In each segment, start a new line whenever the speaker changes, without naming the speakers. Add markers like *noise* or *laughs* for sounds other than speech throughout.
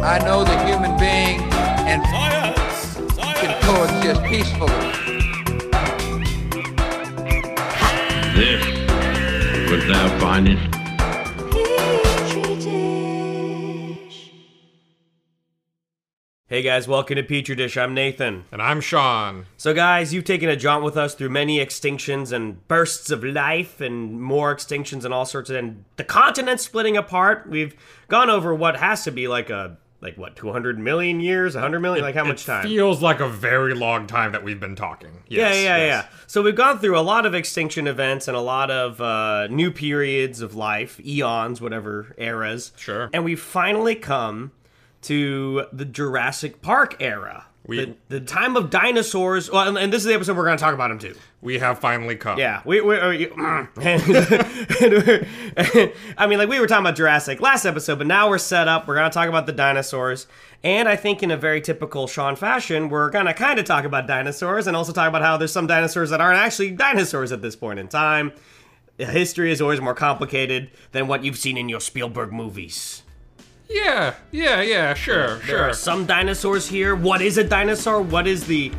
I know the human being and
Science!
can
Science!
coexist peacefully.
This was thou findest.
Hey guys, welcome to Petri Dish. I'm Nathan.
And I'm Sean.
So, guys, you've taken a jaunt with us through many extinctions and bursts of life and more extinctions and all sorts of and the continent splitting apart. We've gone over what has to be like a like what 200 million years, 100 million, like how much time?
Feels like a very long time that we've been talking.
yeah,
Yes,
yeah,
yes.
yeah. So we've gone through a lot of extinction events and a lot of uh, new periods of life, eons, whatever eras.
Sure.
And we finally come to the Jurassic Park era.
We-
the, the time of dinosaurs. Well, and, and this is the episode we're going to talk about them too.
We have finally come.
Yeah, we we. Are you, mm. *laughs* I mean, like we were talking about Jurassic last episode, but now we're set up. We're gonna talk about the dinosaurs, and I think in a very typical Sean fashion, we're gonna kind of talk about dinosaurs and also talk about how there's some dinosaurs that aren't actually dinosaurs at this point in time. History is always more complicated than what you've seen in your Spielberg movies.
Yeah, yeah, yeah, sure,
There
sure.
are some dinosaurs here. What is a dinosaur? What is the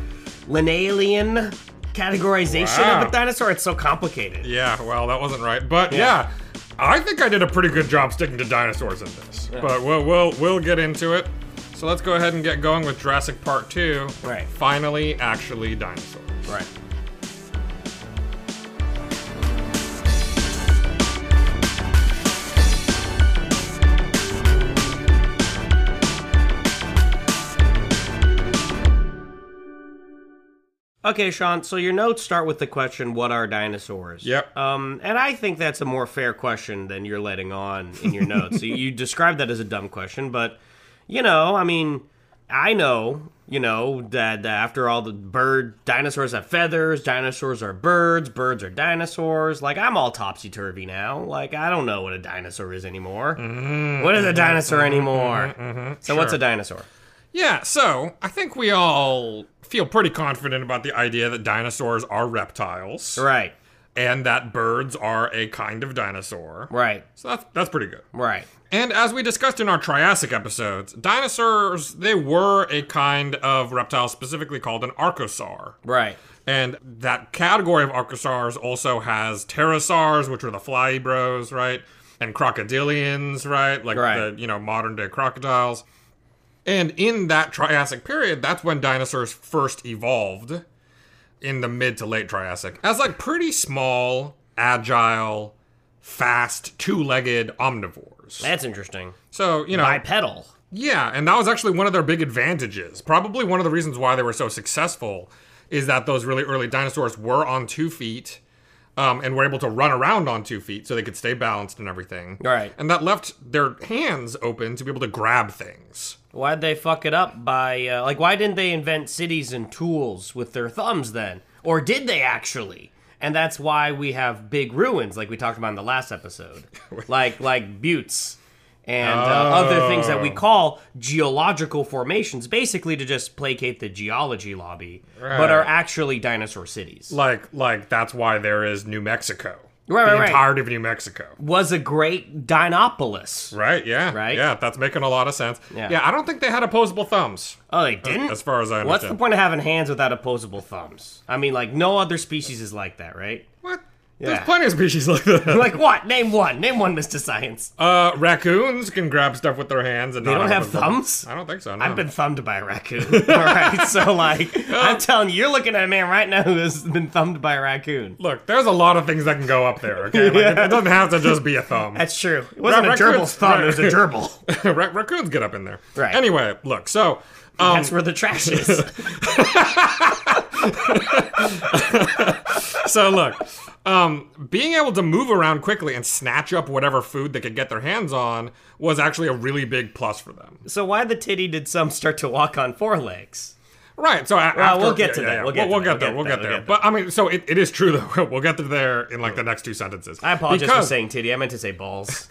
Linnaean categorization of
Wow.
a dinosaur? It's so complicated.
yeah, well, that wasn't right. But yeah. I think I did a pretty good job sticking to dinosaurs in this. But we'll, we'll, we'll get into it. So let's go ahead and get going with Jurassic Park 2.
Right.
Finally, actually, dinosaurs.
Right. Okay, Sean, so your notes start with the question, What are dinosaurs?
Yep.
Um, and I think that's a more fair question than you're letting on in
*laughs*
your notes. you, you described that as a dumb question, but, you know, I mean, I know, you know, that, that after all the bird, dinosaurs have feathers, dinosaurs are birds, birds are dinosaurs. Like, I'm all topsy turvy now. Like, I don't know what a dinosaur is anymore.
Mm-hmm.
What is a dinosaur anymore? So, what's a dinosaur?
Yeah, so I think we all feel pretty confident about the idea that dinosaurs are reptiles.
Right,
And that birds are a kind of dinosaur.
right,
So that's, that's pretty good.
right.
And as we discussed in our Triassic episodes, dinosaurs, they were a kind of reptile specifically called an archosaur.
Right.
And that category of archosaurs also has pterosaurs, which were the fly bros, right? And crocodilians, right? Like
Right.
the, you know, modern day crocodiles. And in that Triassic period, that's when dinosaurs first evolved in the mid to late Triassic as like pretty small, agile, fast, two-legged omnivores.
That's interesting.
So, you know,
Bipedal.
yeah, and that was actually one of their big advantages. Probably one of the reasons why they were so successful is that those really early dinosaurs were on two feet um, and were able to run around on two feet so they could stay balanced and everything.
Right.
And that left their hands open to be able to grab things.
Why'd they fuck it up by, uh, like, why didn't they invent cities and tools with their thumbs then? Or did they actually? And that's why we have big ruins, like we talked about in the last
*laughs*
episode, like like buttes and uh, other things that we
Oh.
call geological formations, basically to just placate the geology lobby, but are actually dinosaur cities.
Like, like that's why there is New Mexico.
Right,
the
right, right.
entirety of New Mexico.
Was a great dinopolis.
Right, yeah.
Right?
Yeah, that's making a lot of sense.
Yeah.
yeah, I don't think they had opposable thumbs.
Oh, they didn't.
as far as I
What's the
understand.
point of having hands without opposable thumbs? I mean, like no other species is like that, right?
What?
Yeah.
There's plenty of species like
*laughs*
that.
like what? Name one. Name one, Mister Science.
Uh, raccoons can grab stuff with their hands and
They
not
don't have
open
thumbs?
I don't think so. No.
I've been thumbed by a raccoon. *laughs* All right, so
*laughs*
like I'm telling you, you're looking at a man right now who has been thumbed by a raccoon.
Look, there's a lot of things that can go
*laughs*
up there. Okay, like, it, it doesn't have to just be a thumb.
That's
*laughs*
true. It wasn't
Ra-
a gerbil's
*laughs* raccoons-
thumb; it was a gerbil.
Ra- raccoons get up in there.
Right.
Anyway, look. So um,
That's where the trash
*laughs*
is.
So look, um, being able to move around quickly and snatch up whatever food they could get their hands on was actually a really big plus for them.
so why the titty did some start to walk on four legs?
Right. So a-
Well, we'll
after-
get to that. We'll get to that.
there. We'll get there. But I mean, so it, it is true though. *laughs* We'll get to there in like the next two sentences.
I apologize
Because-
for saying titty. I meant to say
*laughs*
balls.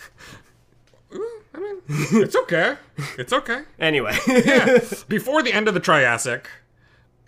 I mean, it's okay. It's okay.
Anyway,
Before the end of the Triassic,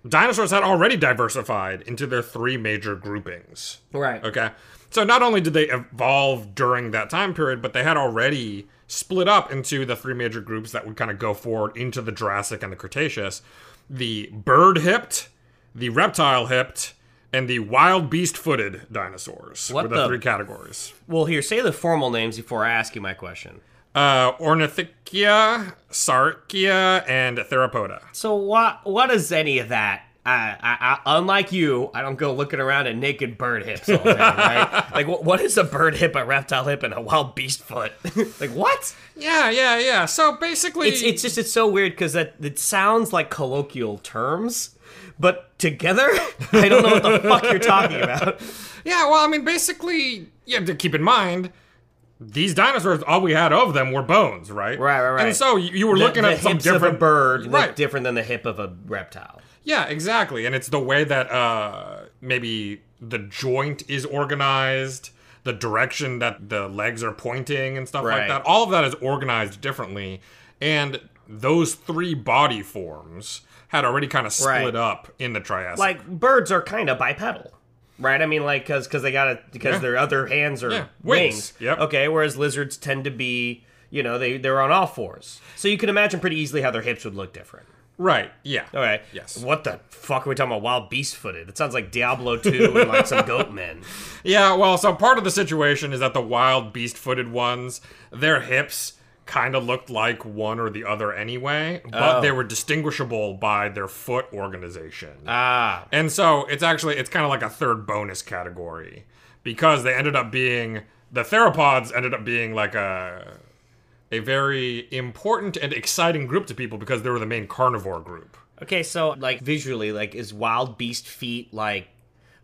dinosaurs had already diversified into their three major groupings.
*laughs* right.
Okay. So not only did they evolve during that time period, but they had already split up into the three major groups that would kind of go forward into the Jurassic and the Cretaceous the bird hipped, the reptile hipped, and the wild beast footed dinosaurs
What
were the,
the-
three categories.
Well, here, say the formal names before I ask you my question.
Uh, Ornithichia, Sarkia, and Theropoda.
So what? What is any of that? I, I, I, unlike you, I don't go looking around at naked bird hips all day,
*laughs*
right? like, what, what is a bird hip, a reptile hip, and a wild beast foot? *laughs* like, what?
Yeah, yeah, yeah. So basically,
It's, it's just, it's so weird because that it sounds like colloquial terms, but together, *laughs* I don't know what the fuck you're talking about.
Yeah, well, I mean, basically, you have to keep in mind these dinosaurs. All we had of them were bones, right?
Right, right, right.
And so you, you were looking
the,
at
the
some
hips
different
of a bird, look
right?
different than the hip of a reptile.
yeah, exactly. And it's the way that uh, maybe the joint is organized, the direction that the legs are pointing, and stuff
Right.
like that. All of that is organized differently, and those three body forms had already kind of split
Right.
up in the Triassic.
like birds are kind of bipedal right i mean like because they gotta because
Yeah.
their other hands are
Yeah,
wings,
wings, yep.
okay whereas lizards tend to be you know they they're on all fours so you can imagine pretty easily how their hips would look different
right? Yeah.
all right
Yes.
what the fuck are we talking about wild beast footed it sounds like diablo 2 and like
*laughs*
some goat men
Yeah, well, so part of the situation is that the wild beast footed ones, their hips kind of looked like one or the other anyway, but they were distinguishable by their foot organization.
ah
and so it's actually it's kind of like a third bonus category because they ended up being the theropods ended up being like a a very important and exciting group to people because they were the main carnivore group.
okay so like visually like is wild beast feet like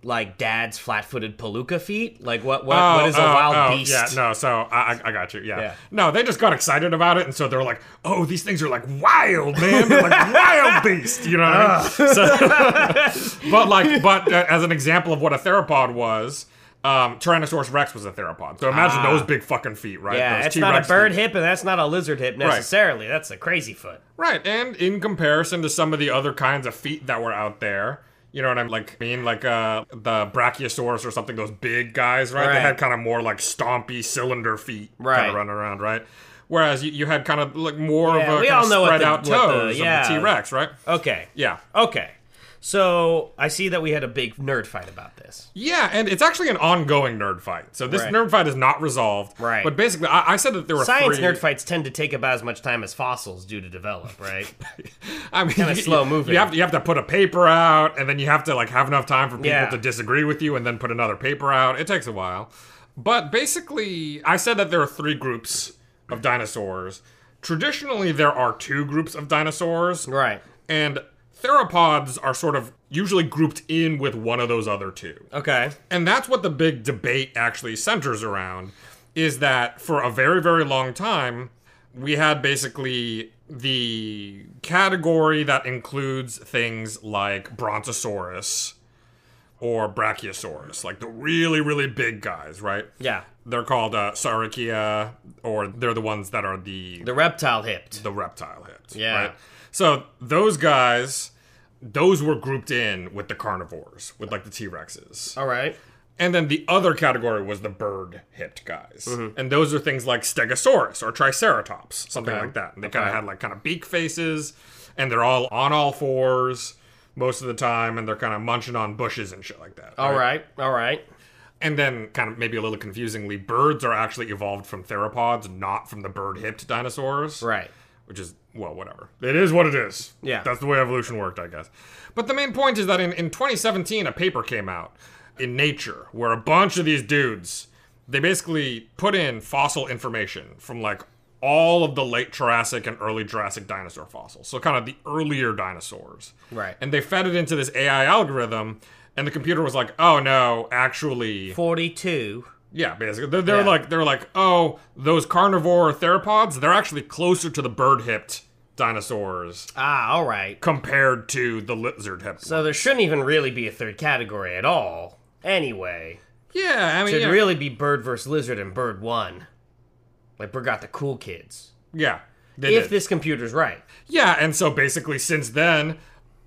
like dad's flat-footed palooka feet like what what, what is a
oh,
wild
oh,
beast
Yeah, no, so I, I, I got you. Yeah.
Yeah.
No, they just got excited about it, and so they're like, oh, these things are like wild, man. They're like *laughs* wild beast, you know what I mean?
Uh.
So- *laughs* but, like, but uh, as an example of what a theropod was, um, Tyrannosaurus Rex was a theropod. So imagine those big fucking feet, right?
Ah. yeah,
Those
it's not a
T-Rex
bird
feet.
hip, and that's not a lizard hip necessarily. That's a crazy foot.
Right, and in comparison to some of the other kinds of feet that were out there, you know what I'm like mean like uh the Brachiosaurus or something those big guys, right?
Right.
They had kind of more like stompy cylinder feet kind
Right.
of running around, right? Whereas you, you had kind of like more
Yeah,
of a
we
kind
all
of
know what
spread
the-
out
what the-
toes
yeah. Oh.
of the T-Rex, right?
Okay.
Yeah.
Okay. So I see that we had a big nerd fight about this.
Yeah, and it's actually an ongoing nerd fight. So this
Right.
nerd fight is not resolved.
Right.
But basically I, I said that there were
Science
three,
nerd fights tend to take about as much time as fossils do to develop, right?
*laughs* I mean,
Kinda
you-
slow
you-
moving.
You have to you have to put a paper out, and then you have to like have enough time for people
Yeah.
to disagree with you, and then put another paper out. It takes a while, but basically, I said that there are three groups of dinosaurs. Traditionally, there are two groups of dinosaurs,
Right.
And theropods are sort of usually grouped in with one of those other two.
okay.
And that's what the big debate actually centers around is that for a very, very long time, we had basically the category that includes things like Brontosaurus or Brachiosaurus, like the really, really big guys, right?
Yeah.
They're called uh, Saurichia, or they're the ones that are the
The reptile hipped.
the reptile hips.
Yeah.
Right? So those guys, those were grouped in with the carnivores, with like the T Rexes.
All right.
And then the other category was the bird hipped guys.
Mm-hmm.
And those are things like Stegosaurus or Triceratops, something like that. And they kind of had like kind of beak faces, and they're all on all fours most of the time, and they're kind of munching on bushes and shit like that.
All right. All right.
And then, kind of maybe a little confusingly, birds are actually evolved from theropods, not from the bird hipped dinosaurs
Right.
which is well whatever it is what it is
Yeah.
that's the way evolution worked i guess but the main point is that in, in 2017 a paper came out in nature where a bunch of these dudes they basically put in fossil information from like all of the late Jurassic and early Jurassic dinosaur fossils. So, kind of the earlier dinosaurs.
Right.
And they fed it into this AI algorithm, and the computer was like, oh no, actually.
Forty-two.
Yeah, basically, they're, they're
Yeah.
like they're like, oh, those carnivore theropods, they're actually closer to the bird-hipped dinosaurs
Ah, all right.
compared to the lizard-hipped.
So there shouldn't even really be a third category at all. Anyway,
yeah, I mean,
should
yeah,
really be bird versus lizard and bird one. Like we got the cool kids.
yeah, they
If
did.
this computer's right.
yeah, and so basically, since then,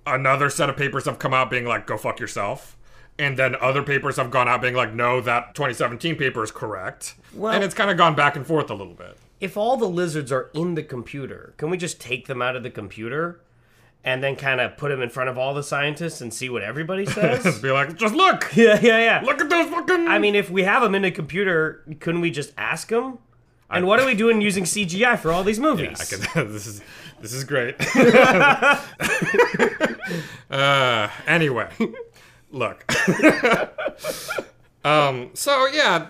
another set of papers have come out being like, go fuck yourself. And then other papers have gone out being like, no, that 2017 paper is correct.
Well-
and it's kind of gone back and forth a little bit.
If all the lizards are in the computer, can we just take them out of the computer and then kind of put them in front of all the scientists and see what
*laughs*
everybody says?
Be like, just look,
yeah, yeah, yeah.
look at those fucking.
I mean, if we have them in a computer, couldn't we just ask them? And what are we doing using CGI for all these movies?
I can, *laughs* this is this
*laughs*
is great. uh, anyway, look. *laughs* um. So yeah,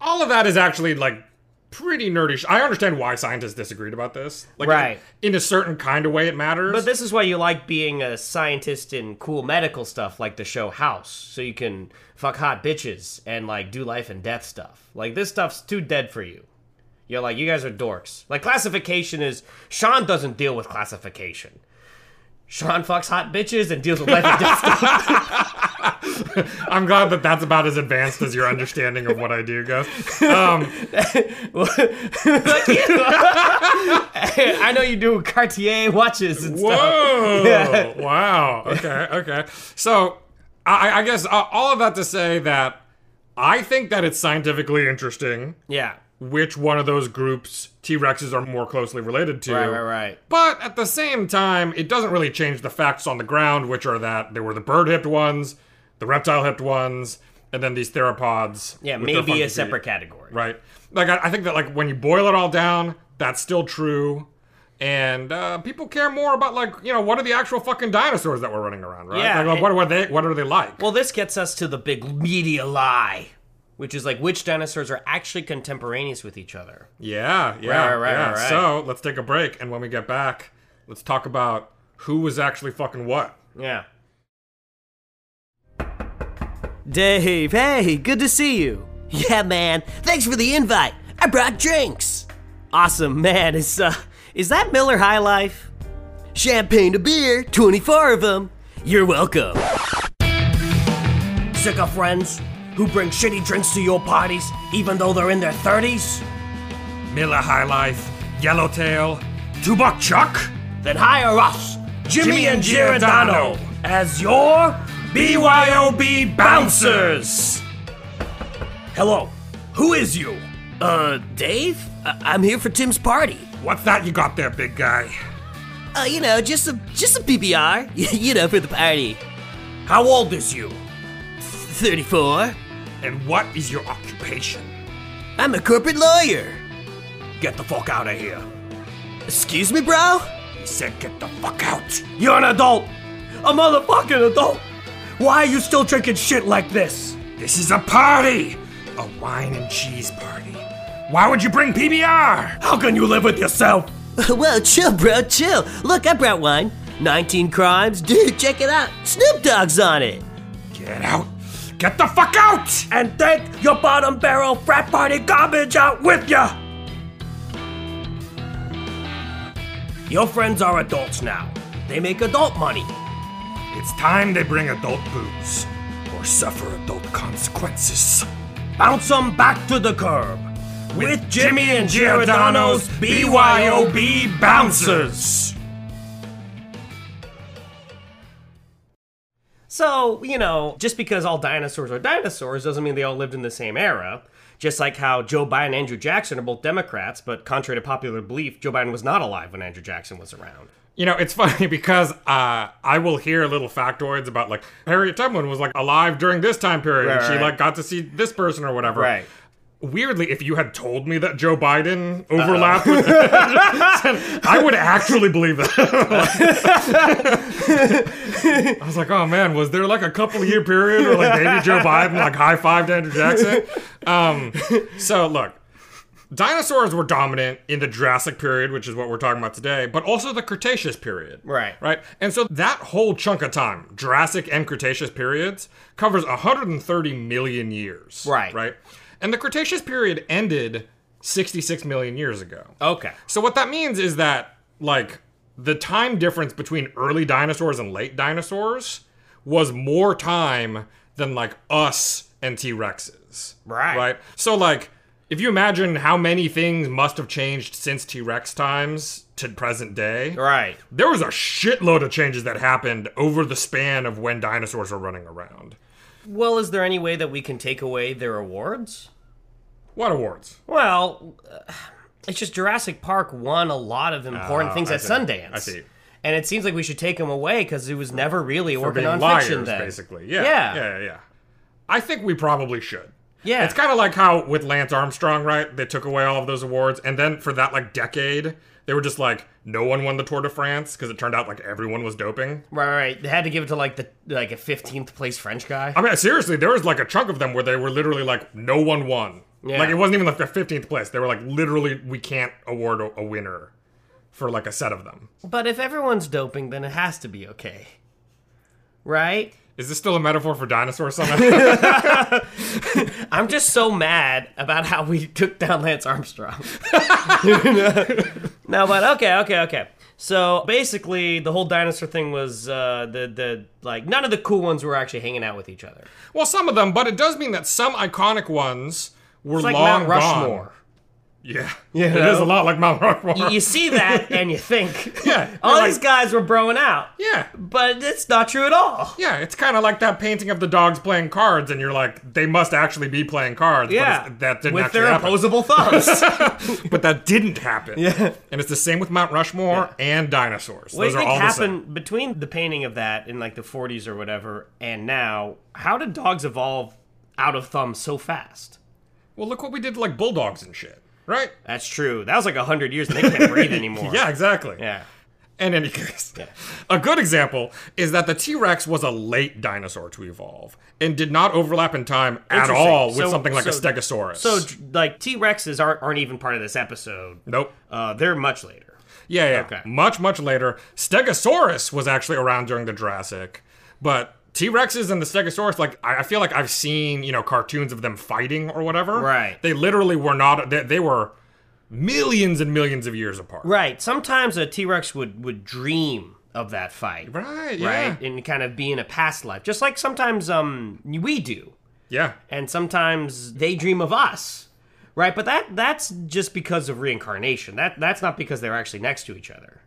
all of that is actually like pretty nerdy. Sh- I understand why scientists disagreed about this. Like,
Right.
In, a certain kind of way, it matters.
But this is why you like being a scientist in cool medical stuff like the show House, so you can fuck hot bitches and like do life and death stuff. Like this stuff's too dead for you. You're like, you guys are dorks. Like classification is Sean doesn't deal with classification. Sean fucks hot bitches and deals with life and death stuff. *laughs*
I'm glad that that's about as advanced as your understanding of what I do goes. Um,
Like, you- I know you do Cartier watches and stuff. *laughs*
Whoa! Wow. Okay. Okay. So, I, I guess uh, all of that to say that I think that it's scientifically interesting
Yeah.
which one of those groups T Rexes are more closely related to.
Right, right, right.
But at the same time, it doesn't really change the facts on the ground, which are that there were the bird hipped ones, the reptile hipped ones, and then these theropods.
Yeah,
with their
maybe
funky
a
feet.
separate category.
Right. Like I, I think that like when you boil it all down, that's still true. And uh, people care more about like you know what are the actual fucking dinosaurs that were running around, right?
Yeah,
Like,
it-
like, what were they? What are they like?
Well, this gets us to the big media lie, which is like which dinosaurs are actually contemporaneous with each other.
yeah, yeah,
right, right,
yeah.
right.
So let's take a break, and when we get back, let's talk about who was actually fucking what.
Yeah.
Dave, hey, good to see you.
Yeah, man. Thanks for the invite. I brought drinks.
Awesome, man. Is uh, is that Miller High Life?
Champagne to beer, 24 of them. You're welcome.
Sick of friends who bring shitty drinks to your parties, even though they're in their thirties?
Miller High Life, Yellowtail, Tubuck Chuck.
Then hire us, Jimmy,
Jimmy
and
and Giordano,
Giordano, as your
BYOB bouncers.
Hello, who is you?
Uh, Dave? I- am here for Tim's party.
What's that you got there, big guy?
Uh, you know, just some just some PBR. *laughs* you know, for the party.
How old is you?
34.
And what is your occupation?
I'm a corporate lawyer.
Get the fuck out of here.
Excuse me, bro?
He said, "Get the fuck out."
You're an adult! A motherfucking adult! Why are you still drinking shit like
*laughs*
this?
This is a party! A wine and cheese party. Why would you bring PBR?
How can you live with yourself?
Whoa, chill, bro, chill. Look, I brought wine. 19 crimes. *laughs* Dude, check it out. Snoop Dogg's on it.
Get out! Get the fuck out!
And take your bottom barrel frat party garbage out with ya! Your friends are adults now. They make adult money.
It's time they bring adult booze or suffer adult consequences.
Bounce them back to the curb. With Jimmy and Giordano's
Giordano's
BYOB
BYOB bouncers.
So, you know, just because all dinosaurs are dinosaurs doesn't mean they all lived in the same era. Just like how Joe Biden and Andrew Jackson are both Democrats, but contrary to popular belief, Joe Biden was not alive when Andrew Jackson was around.
You know, it's *laughs* funny because uh, I will hear little factoids about like Harriet Tubman was like alive during this time period. and
Right,
she
right.
like got to see this person or whatever. weirdly, if you had told me that Joe Biden
*laughs*
overlapped with *laughs* I would actually believe it. I was like, oh man, was there like a couple year period where like maybe Joe Biden like high fived Andrew Jackson? Um, so look, dinosaurs were dominant in the Jurassic period, which is what we're talking about today, but also the Cretaceous period.
Right.
Right. And so that whole chunk of time, Jurassic and Cretaceous periods, covers 130 million years.
Right.
Right. And the Cretaceous period ended 66 million years ago.
Okay.
So what that means is that like the time difference between early dinosaurs and late dinosaurs was more time than like us and T-Rexes.
Right.
Right. So like if you imagine how many things must have changed since T-Rex times to present day,
Right.
there was a shitload of changes that happened over the span of when dinosaurs were running around.
Well, is there any way that we can take away their awards?
What awards?
Well, uh, it's just Jurassic Park won a lot of important
Ah,
things
I
at
see.
Sundance.
I see.
And it seems like we should take him away because it was never really
for
organ
being
on
liars,
fiction then.
basically. Yeah,
Yeah.
yeah, yeah, yeah. I think we probably should.
Yeah.
it's kind of like how with Lance Armstrong, right? They took away all of those awards, and then for that like decade, they were just like, no one won the Tour de France because it turned out like everyone was doping.
Right, right, right. They had to give it to like the like a fifteenth place French guy.
I mean, seriously, there was like a chunk of them where they were literally like, no one won.
Yeah.
Like it wasn't even like the fifteenth place. They were like, literally, we can't award a, a winner for like a set of them.
But if everyone's doping, then it has to be okay, right?
Is this still a metaphor for dinosaurs? *laughs* Somehow?
I'm just so mad about how we took down Lance Armstrong. *laughs* no, but okay, okay, okay. So basically, the whole dinosaur thing was uh, the the like none of the cool ones were actually hanging out with each other.
well, some of them, but it does mean that some iconic ones were
It's like
long
Mount
gone.
Rushmore.
Yeah.
You
it
know?
is a lot like Mount Rushmore.
You, you see
*laughs*
that and you think,
Yeah, you're
all
like-
these guys were broing out,
yeah.
but it's not true at all.
Yeah, it's kind of like that painting of the dogs playing cards, and you're like, they must actually be playing cards.
Yeah,
But it's- that didn't
with
actually
their
happen.
*laughs* opposable thumbs.
*laughs* but that didn't happen. Yeah. And it's the same with Mount Rushmore and dinosaurs.
What do
Those
you
are
think
all
happened between the painting of that in like the 40s or whatever and now? How did dogs evolve out of thumbs so fast?
the same. Well, look what we did to like bulldogs and shit, right?
That's true. That was like 100 years and they can't
*laughs*
breathe anymore.
Yeah, exactly.
Yeah.
In any *laughs* case, a good example is that the T Rex was a late dinosaur to evolve and did not overlap in time at
Interesting.
all with
So-
something like a
so-
Stegosaurus.
So, like, T Rexes aren't, aren't even part of this episode.
nope.
Uh, they're much later.
Yeah, yeah.
Okay.
Much, much later. Stegosaurus was actually around during the Jurassic, but T Rexes and the Stegosaurus, like, I, I feel like I've seen, you know, cartoons of them fighting or whatever.
Right.
They literally were not, they, they were millions and millions of years apart.
Right. Sometimes a T Rex would, would dream of that fight.
Right, yeah.
Right. And kind of be in a past life. Just like sometimes um, we do.
Yeah.
and sometimes they dream of us right but that that's just because of reincarnation that that's not because they're actually next to each other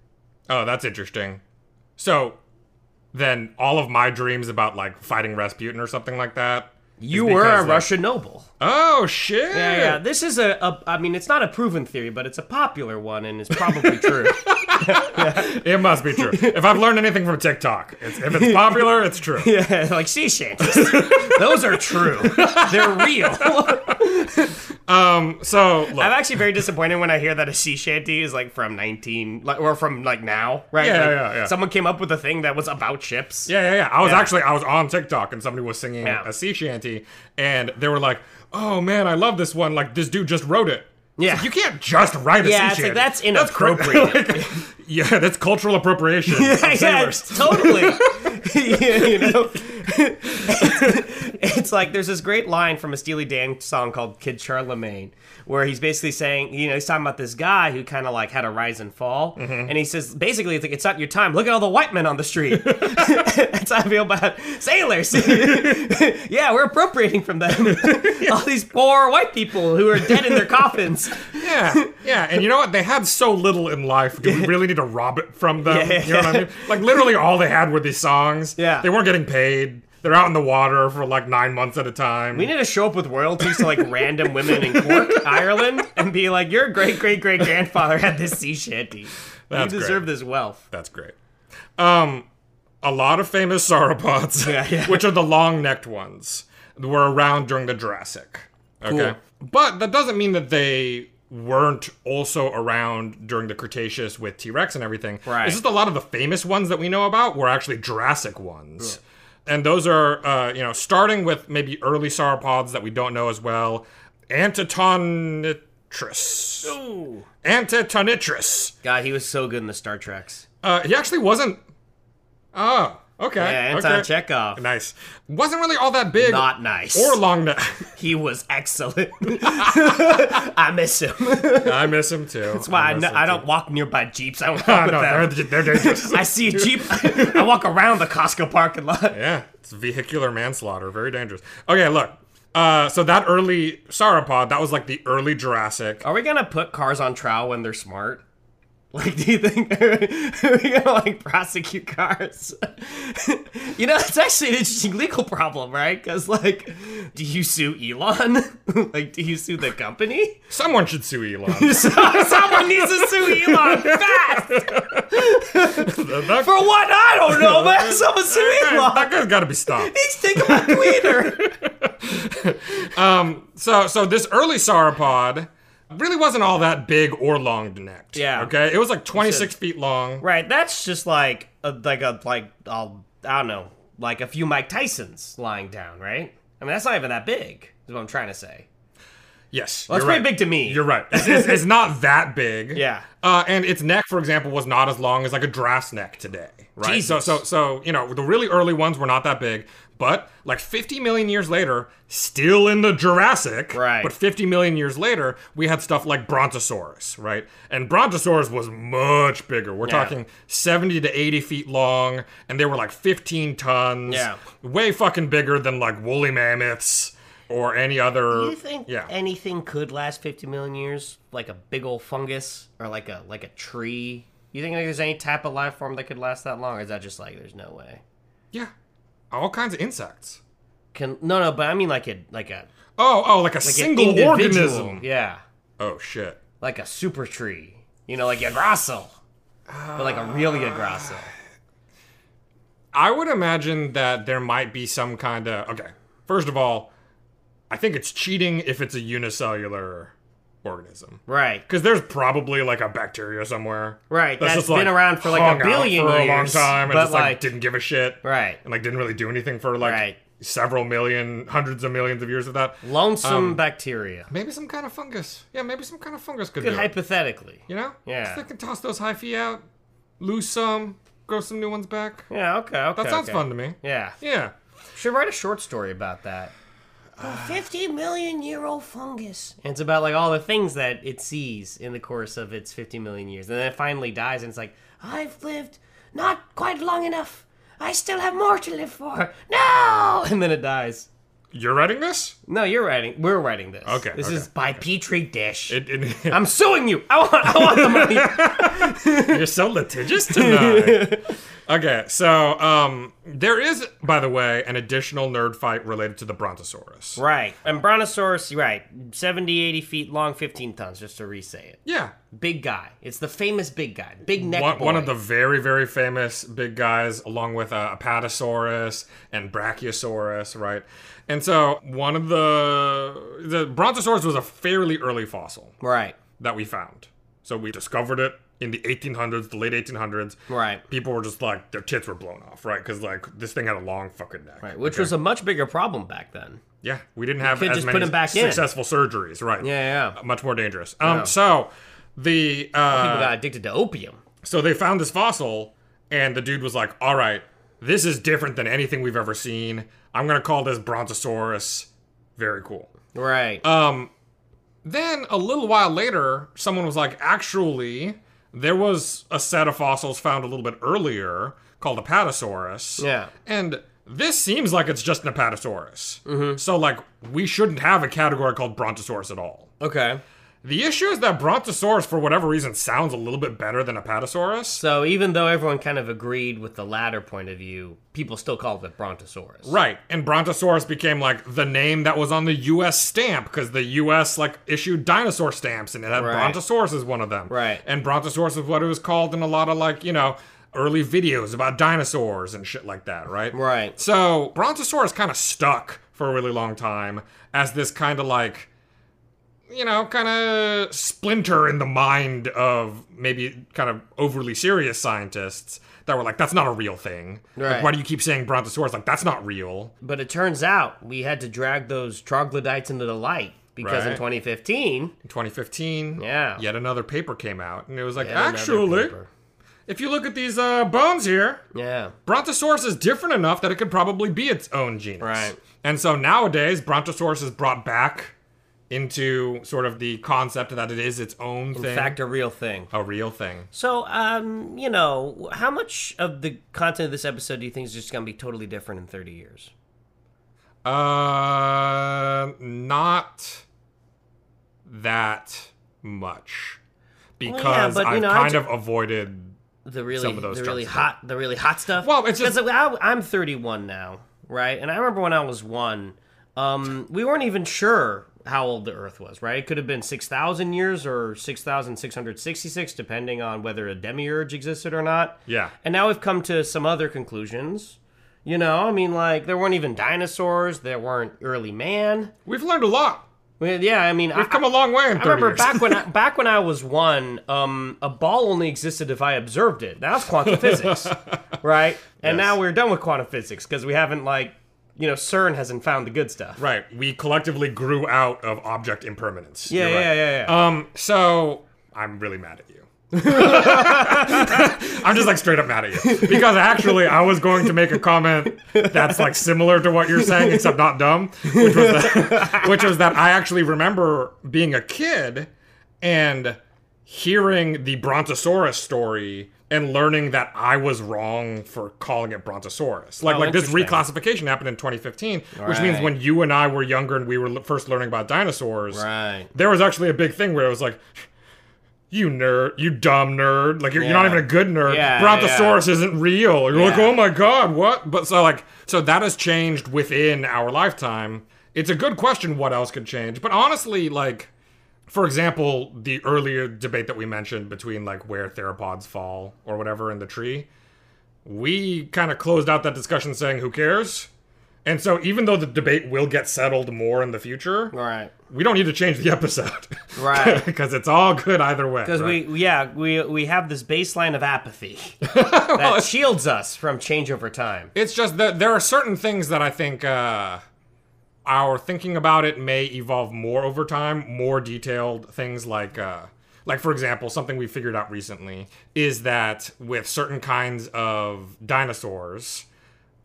Oh, that's interesting. So then all of my dreams about, like, fighting Rasputin or something like that. is
you were a
because, like-
russian noble
Oh, shit.
yeah, yeah this is a, a i mean it's not a proven theory but it's a popular one and it's probably *laughs* true
It must be true. if I've learned anything from TikTok, it's, if it's popular, it's
*laughs*
true.
like sea shanties those are true they're real *laughs*
Um, so, look.
i'm actually very disappointed when i hear that a sea shanty is like from 19 like, or from like now right
Yeah,
Like,
yeah, yeah.
someone came up with a thing that was about ships
Yeah, yeah, yeah. I was
Yeah.
actually I was on TikTok and somebody was singing
Yeah.
a sea shanty and they were like, "Oh man, I love this one. Like this dude just wrote it." It's
Yeah.
like, you can't just write a
Yeah,
sea
it's like,
shanty.
that's
cra-
inappropriate.
like, *laughs* yeah, that's cultural
*laughs*
appropriation. of sailors.
it's totally. *laughs* Yeah, you know, it's like there's this great line from a Steely Dan song called "Kid Charlemagne," where he's basically saying, you know, he's talking about this guy who kind of like had a rise and fall, and he says basically, it's like it's not your time. Look at all the white men on the street. *laughs* That's how I feel about sailors. *laughs* yeah, we're appropriating from them *laughs* all these poor white people who are dead in their coffins.
Yeah, yeah. And you know what? They had so little in life. Do
*laughs*
we really need to rob it from them?
Yeah.
You know what I mean? Like literally all they had were these songs.
Yeah.
they weren't getting paid. They're out in the water for like nine months at a time.
We need to show up with royalties to like random women in
*laughs*
Cork, Ireland, and be like, "Your great great great grandfather had this sea shanty.
That's
you deserve
great.
this wealth."
That's great. Um, a lot of famous
*laughs*
sauropods,
Yeah, yeah.
which are the long-necked ones, were around during the Jurassic. Okay, but that doesn't mean that they weren't also around during the Cretaceous with T Rex and everything.
Right.
It's just a lot of the famous ones that we know about were actually Jurassic ones. And those are, uh, you know, starting with maybe early sauropods that we don't know as well. Antitonatrus Antonitrus. Antitonitrus.
God, he was so good in the Star Treks.
Uh, he actually wasn't. Oh, okay.
Yeah, Anton
okay.
Chekhov.
Nice. Wasn't really all that big.
Not nice.
Or long. neck.
he was excellent. I miss him. That's
*laughs* I miss him too. That's
why I, kn- I don't walk nearby Jeeps. I don't
*laughs* Oh,
walk with
no, they're,
them. *laughs*
they're dangerous.
I
*laughs*
see a Jeep. I walk around the Costco parking lot.
Yeah, it's vehicular manslaughter. Very dangerous. Okay, look. Uh, so that early sauropod, that was like the early Jurassic.
Are we gonna put cars on trial when they're smart? Like, *laughs* do you think are we gonna like prosecute cars? *laughs* you know, it's actually an interesting legal problem, right? Because like, do you sue Elon? *laughs* like, do you sue the company? *laughs*
Someone should sue Elon.
So- *laughs* Someone needs to
*laughs*
sue Elon fast. For what? I don't know, man. Someone sue Elon. *laughs*
that guy's got to be stopped.
He's taking my tweeter.
So, so this early sauropod really wasn't all that big or long-necked.
Yeah.
Okay, it was like 26 feet long.
*laughs* Right. That's just like a, like a like a, I don't know, like a few Mike Tysons lying down, right? I mean, that's not even that big. Is what I'm trying to say.
Yes,
Well, it's
you're
pretty
right.
big to me.
You're right. It's, it's- it's not that big.
*laughs* Yeah.
Uh, and its neck, for example, was not as long as like a giraffe's neck today. Right.
Jesus.
So so so you know the really early ones were not that big, but like 50 million years later, still in the Jurassic.
Right.
But 50 million years later, we had stuff like Brontosaurus, right? And Brontosaurus was much bigger. We're
Yeah.
talking 70 to 80 feet long, and they were like 15 tons.
Yeah.
Way fucking bigger than like woolly mammoths or any other.
Do you think
Yeah.
anything could last 50 million years? Like a big old fungus or like a like a tree? You think there's any type of life form that could last that long? Or is that just like there's no way?
Yeah. All kinds of insects.
Can no no, but I mean like a like a
Oh, oh, like a
like an
single
individual.
organism.
Yeah.
Oh shit.
Like a super tree. You know, like a grassel. But like a really good grassel.
I would imagine that there might be some kind of okay. First of all, I think it's cheating if it's a unicellular organism.
Right.
Because there's probably like a bacteria somewhere,
Right, that's
just,
been around for, like, a
hung out
billion
for a long
years,
time, and
but,
just like,
like-
didn't give a shit,
Right.
And like didn't really do anything for like
Right.
several million, hundreds of millions of years of that.
Lonesome
Um,
bacteria.
Maybe some kind of fungus. Yeah, maybe some kind of fungus could,
Good
do it.
hypothetically.
You know?
Yeah.
Just they can toss those hyphae out, lose some, grow some new ones back.
Yeah, okay, okay.
That sounds
okay.
fun to me.
Yeah.
Yeah.
Should write a short story about that. A 50 million year old fungus. And it's about like all the things that it sees in the course of its 50 million years. And then it finally dies and it's like, I've lived not quite long enough. I still have more to live for. *laughs* No! And then it dies.
You're writing this? *laughs*
No, you're writing. We're writing this.
Okay,
This
okay,
is by Petri Dish.
It, it,
I'm suing you. I want, I want the money.
*laughs* you're so litigious
*laughs*
tonight. okay, so um, there is, by the way, an additional nerd fight related to the Brontosaurus.
right. And Brontosaurus, you're right. 70, 80 feet long, 15 tons, just to re say it.
Yeah.
Big guy. It's the famous big guy. Big neck
One,
boy.
one of the very, very famous big guys, along with uh, Apatosaurus and Brachiosaurus, right? And so one of the the Brontosaurus was a fairly early fossil.
Right.
that we found. So we discovered it in the 1800s, the late 1800s.
Right.
People were just like their tits were blown off, right? Because like this thing had a long fucking neck.
Right, which was a much bigger problem back then.
Yeah, we didn't have
could
as
just
many
put 'em back in.
successful surgeries, right?
Yeah, yeah.
Uh, Much more dangerous. Um, so the
People
uh,
got addicted to opium.
so they found this fossil, and the dude was like, "All right, this is different than anything we've ever seen. I'm gonna call this Brontosaurus. Very cool."
Right.
uh, Um, Then a little while later, someone was like, actually, there was a set of fossils found a little bit earlier called Apatosaurus.
Yeah.
And this seems like it's just an Apatosaurus. Mm-hmm. So, like, we shouldn't have a category called Brontosaurus at all.
okay.
The issue is that Brontosaurus, for whatever reason, sounds a little bit better than Apatosaurus.
So even though everyone kind of agreed with the latter point of view, people still called it Brontosaurus.
Right, and Brontosaurus became like the name that was on the U.S. stamp because the U.S. like issued dinosaur stamps, and it had
Right.
Brontosaurus as one of them.
Right.
and Brontosaurus is what it was called in a lot of like you know early videos about dinosaurs and shit like that. Right.
Right.
So Brontosaurus kind of stuck for a really long time as this kind of like you know, kind of splinter in the mind of maybe kind of overly serious scientists that were like, that's not a real thing. Like,
Right.
why do you keep saying brontosaurus? Like, that's not real.
But it turns out we had to drag those troglodytes into the light because in
Right.
2015,
In 2015,
Yeah.
yet another paper came out, and it was like,
yet another
actually,
paper.
if you look at these uh, bones here,
yeah,
Brontosaurus is different enough that it could probably be its own genus.
Right.
And so nowadays, Brontosaurus is brought back into sort of the concept that it is its own
in
thing,
fact, a real thing.
a real thing.
So, um, you know, how much of the content of this episode do you think is just going to be totally different in 30 years?
Uh, not that much because
but, you
I've
know, I
kind
ju-
of avoided.
The really,
Some of those
the really
chunks of
hot, the really hot stuff.
Well, it's just-
'Cause I, I'm 31 now, right? And I remember when I was one, um, we weren't even sure how old the Earth was, right? It could have been 6,000 years or 6,666, depending on whether a demiurge existed or not.
Yeah.
And now we've come to some other conclusions. You know, I mean, like there weren't even dinosaurs, there weren't early man.
We've learned a lot.
Well, yeah, I mean,
We've
I,
come a long way in
I
30
remember
years.
back when I, back when I was one, um, a ball only existed if I observed it. That was quantum
*laughs*
physics, right? And now we're done with quantum physics because we haven't like, you know, CERN hasn't found the good stuff.
Right. We collectively grew out of object impermanence.
Yeah,
You're
yeah,
right.
yeah, yeah.
Um, so I'm really mad at you. *laughs* I'm just like straight up mad at you because actually I was going to make a comment that's like similar to what you're saying except not dumb, which was that, *laughs* which was that I actually remember being a kid and hearing the Brontosaurus story and learning that I was wrong for calling it Brontosaurus. Like
Oh,
like this
interesting.
reclassification happened in 2015, which means
Right.
when you and I were younger and we were l- first learning about dinosaurs,
Right.
there was actually a big thing where it was like, you nerd, you dumb nerd, like you're, you're not
Yeah.
even a good nerd.
Yeah,
Brontosaurus isn't real. You're like,
Yeah.
oh my god, what? But so like, so that has changed within our lifetime. It's a good question. What else could change? But honestly, like, for example, the earlier debate that we mentioned between like where theropods fall or whatever in the tree, we kind of closed out that discussion saying, who cares? And so, even though the debate will get settled more in the future,
Right.
we don't need to change the episode. *laughs*
Right.
Because it's all good either way.
Because
right?
we, yeah, we we have this baseline of
*laughs*
apathy that shields us from change over time.
It's just that there are certain things that I think uh, our thinking about it may evolve more over time, more detailed things like. Uh, like for example, something we figured out recently is that with certain kinds of dinosaurs,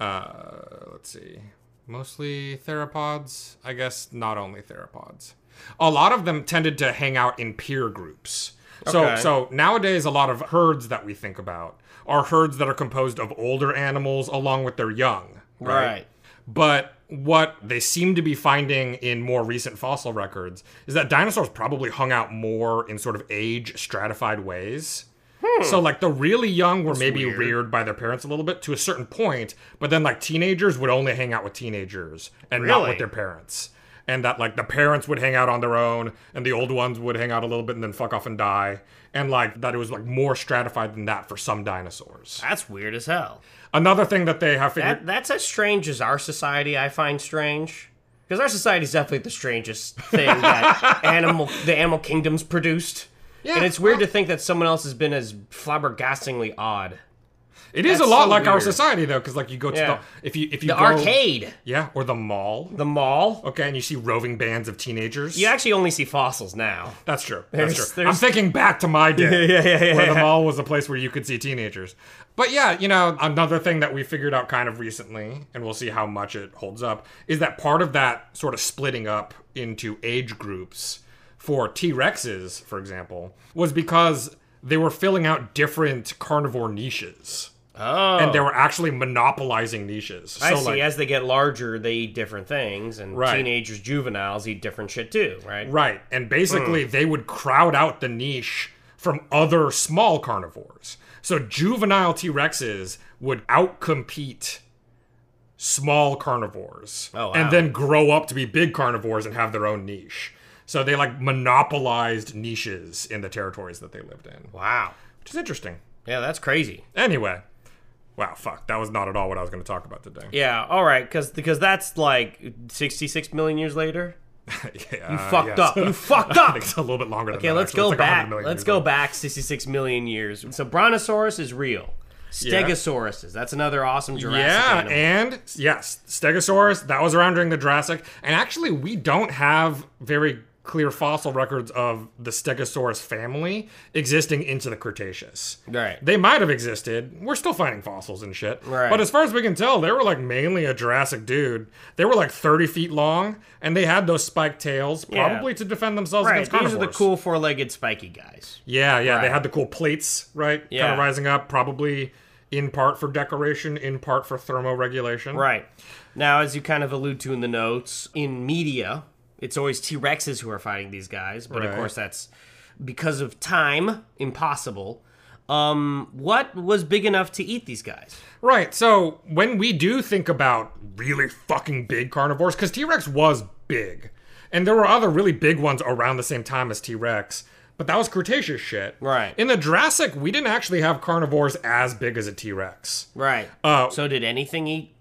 uh, let's see, mostly theropods, I guess not only theropods. A lot of them tended to hang out in peer groups. So
Okay.
so nowadays a lot of herds that we think about are herds that are composed of older animals along with their young.
Right.
But what they seem to be finding in more recent fossil records is that dinosaurs probably hung out more in sort of age stratified ways.
Hmm.
So like the really young were maybe reared by their parents a little bit to a certain point, but then like teenagers would only hang out with teenagers and not
Really?
with their parents. And that like the parents would hang out on their own and the old ones would hang out a little bit and then fuck off and die. And like that it was like more stratified than that for some dinosaurs.
That's weird as hell.
Another thing that they have figured
That that's as strange as our society. I find strange because our society is definitely the strangest thing
*laughs*
that animal the animal kingdom's produced.
Yeah,
and it's weird to think that someone else has been as flabbergastingly odd.
It is a
That's
lot
so
like our
weird.
society though, because like you go to
Yeah.
the if you Oh. if you
The
go,
arcade,
yeah, or the mall,
the mall.
okay, and you see roving bands of teenagers.
You actually only see fossils now.
that's true. That's
There's-
true. I'm
there's-
thinking back to my day,
Yeah, yeah, yeah,
where
yeah.
the mall was a place where you could see teenagers. But yeah, you know, another thing that we figured out kind of recently, and we'll see how much it holds up, is that part of that sort of splitting up into age groups for T Rexes, for example, was because they were filling out different carnivore niches.
Oh,
and they were actually monopolizing niches. So
I see.
like,
As they get larger, they eat different things, and
Right.
teenagers, juveniles eat different shit too, right?
right, and basically
Hmm.
they would crowd out the niche from other small carnivores. So juvenile T Rexes would outcompete small carnivores,
Oh, wow.
and then grow up to be big carnivores and have their own niche. So they like monopolized niches in the territories that they lived in,
Wow.
which is interesting.
Yeah, that's crazy.
Anyway, wow, fuck, that was not at all what I was going to talk about today. *laughs*
Yeah. All right, because because that's like sixty-six million years later.
Yeah, you
fucked up.
*laughs*
You fucked up.
it's a little bit longer.
Okay,
than that,
let's
actually.
go
It's like 100
back.
million
Let's
years
go
old.
back 66 million years. So Brontosaurus is real. Stegosauruses. That's another awesome Jurassic
yeah,
animal.
and yes, Stegosaurus, that was around during the Jurassic. And actually, we don't have very clear fossil records of the Stegosaurus family existing into the Cretaceous.
Right.
They might have existed. We're still finding fossils and shit.
Right.
But as far as we can tell, they were like mainly a Jurassic dude. They were like 30 feet long, and they had those spiked tails,
Yeah.
probably to defend themselves
right,
against
these are
carnivores.
the cool four-legged spiky guys.
Yeah, yeah. They had the cool plates, right? Kind
Yeah.
of rising up, probably in part for decoration, in part for thermoregulation.
Right. Now, as you kind of allude to in the notes, in media, it's always T Rexes who are fighting these guys, but
Right.
of course that's because of time impossible. Um, what was big enough to eat these guys?
Right. So when we do think about really fucking big carnivores, because T Rex was big, and there were other really big ones around the same time as T Rex, but that was Cretaceous shit.
Right.
In the Jurassic, we didn't actually have carnivores as big as a T Rex.
Right.
Uh,
so did anything eat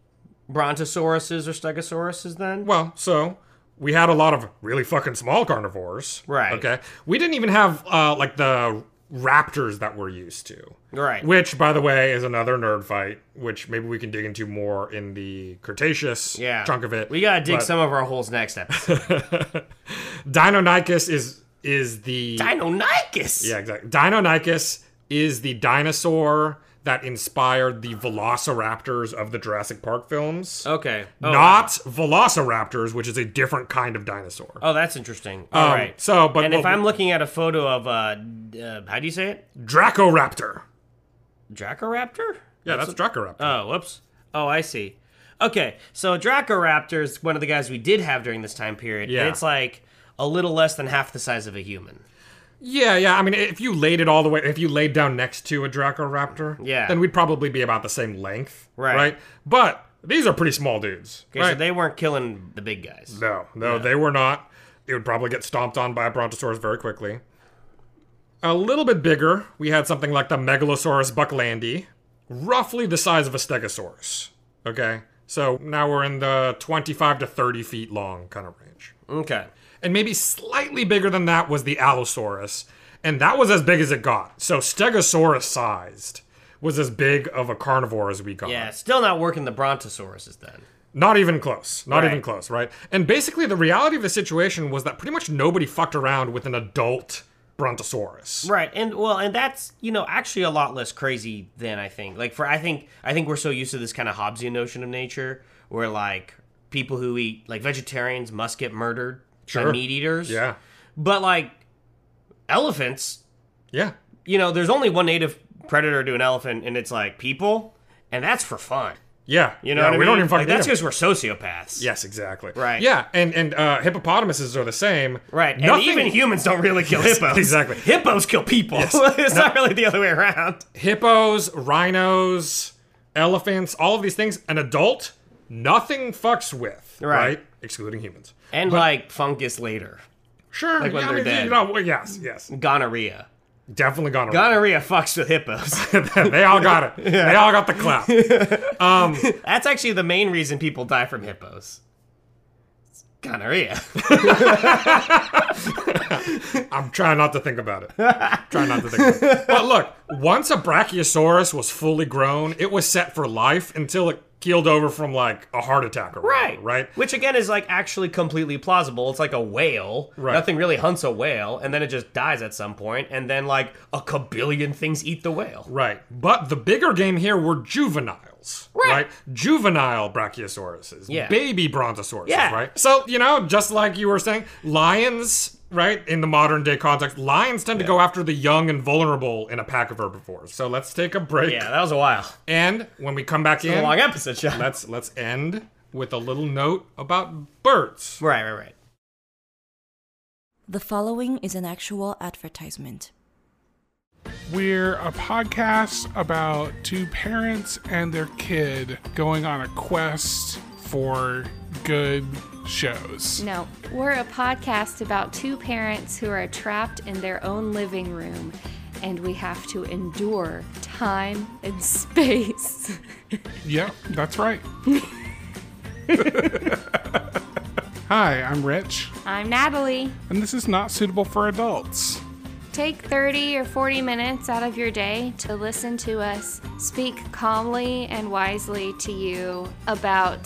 brontosauruses or stegosauruses then?
Well, so we had a lot of really fucking small carnivores.
Right.
Okay. We didn't even have uh, like the raptors that we're used to.
Right.
Which, by the way, is another nerd fight, which maybe we can dig into more in the Cretaceous
yeah.
chunk of it.
We gotta dig
But
some of our holes next episode.
*laughs* Deinonychus is is the
Deinonychus.
yeah exactly. Deinonychus is the dinosaur that inspired the Velociraptors of the Jurassic Park films.
Okay. Oh,
Not Velociraptors, which is a different kind of dinosaur.
Oh, that's interesting. All right.
Um, so, but
and if
what-
I'm looking at a photo of uh, d- uh how do you say it?
Dracoraptor.
Dracoraptor?
Yeah, that's, Dracoraptor.
Oh, whoops. Oh, I see. Okay, so Dracoraptor is one of the guys we did have during this time period.
Yeah.
And it's like a little less than half the size of a human.
yeah, yeah. I mean, if you laid it all the way, if you laid down next to a Dracoraptor,
Yeah.
then we'd probably be about the same length,
Right.
Right. But these are pretty small dudes,
Okay, so
right?
they weren't killing the big guys.
no, no, they were not. It would probably get stomped on by a Brontosaurus very quickly. A little bit bigger, we had something like the Megalosaurus bucklandi, roughly the size of a Stegosaurus. Okay, so now we're in the 25 to 30 feet long kind of range.
Okay.
and maybe slightly bigger than that was the Allosaurus, and that was as big as it got. So Stegosaurus sized was as big of a carnivore as we got.
Yeah, still not working the Brontosauruses then.
Not even close. Not
Right.
even close, right? And basically the reality of the situation was that pretty much nobody fucked around with an adult Brontosaurus.
Right, and well, and that's you know actually a lot less crazy than I think. Like for I think I think we're so used to this kind of Hobbesian notion of nature, where like people who eat like vegetarians must get murdered
Sure.
by meat eaters.
Yeah.
but like elephants,
Yeah.
you know, there's only one native predator to an elephant, and it's like people, and that's for fun.
Yeah.
You know
yeah,
what I
we
mean?
don't even fucking
like, that's
need 'em.
because we're sociopaths.
Yes, exactly.
Right.
Yeah, and and uh, hippopotamuses are the same.
Right,
Nothing, *laughs*
and even humans don't really kill hippos.
exactly.
hippos kill people. *laughs* it's not really the other way around.
*laughs* hippos, rhinos, elephants, all of these things, an adult, nothing fucks with, right?
Right.
Excluding humans.
And like fungus later,
Sure.
Like when
yeah,
they're
You
dead.
know, well, yes, yes.
gonorrhea.
Definitely gone.
Gonorrhea fucks with hippos. *laughs*
*laughs* they all got it. They all got the clap.
That's actually the main reason people die from hippos. It's Gonorrhea. *laughs*
I'm trying not to think about it. trying not to think about it. But look, once a Brachiosaurus was fully grown, it was set for life until it keeled over from like a heart attack or whatever, Right?
Which again is like actually completely plausible. It's like a whale.
Right.
Nothing really hunts a whale, and then it just dies at some point, and then like a kabillion things eat the whale.
Right. But the bigger game here were juveniles. Right. Juvenile brachiosauruses.
Yeah.
Baby brontosauruses,
Yeah.
right? So, you know, just like you were saying, lions, right, in the modern day context, lions tend to go after the young and vulnerable in a pack of herbivores. So let's take a break.
Yeah, that was a while.
And when we come back
A
in,
long episode
*laughs*
shot. Right,
let's let's end with a little note about birds.
right, right.
The following is an actual advertisement.
We're a podcast about two parents and their kid going on a quest for good shows.
No, we're a podcast about two parents who are trapped in their own living room and we have to endure time and space.
Yep, that's right. Hi, I'm Rich,
I'm Natalie.
and this is not suitable for adults.
Take 30 or 40 minutes out of your day to listen to us speak calmly and wisely to you about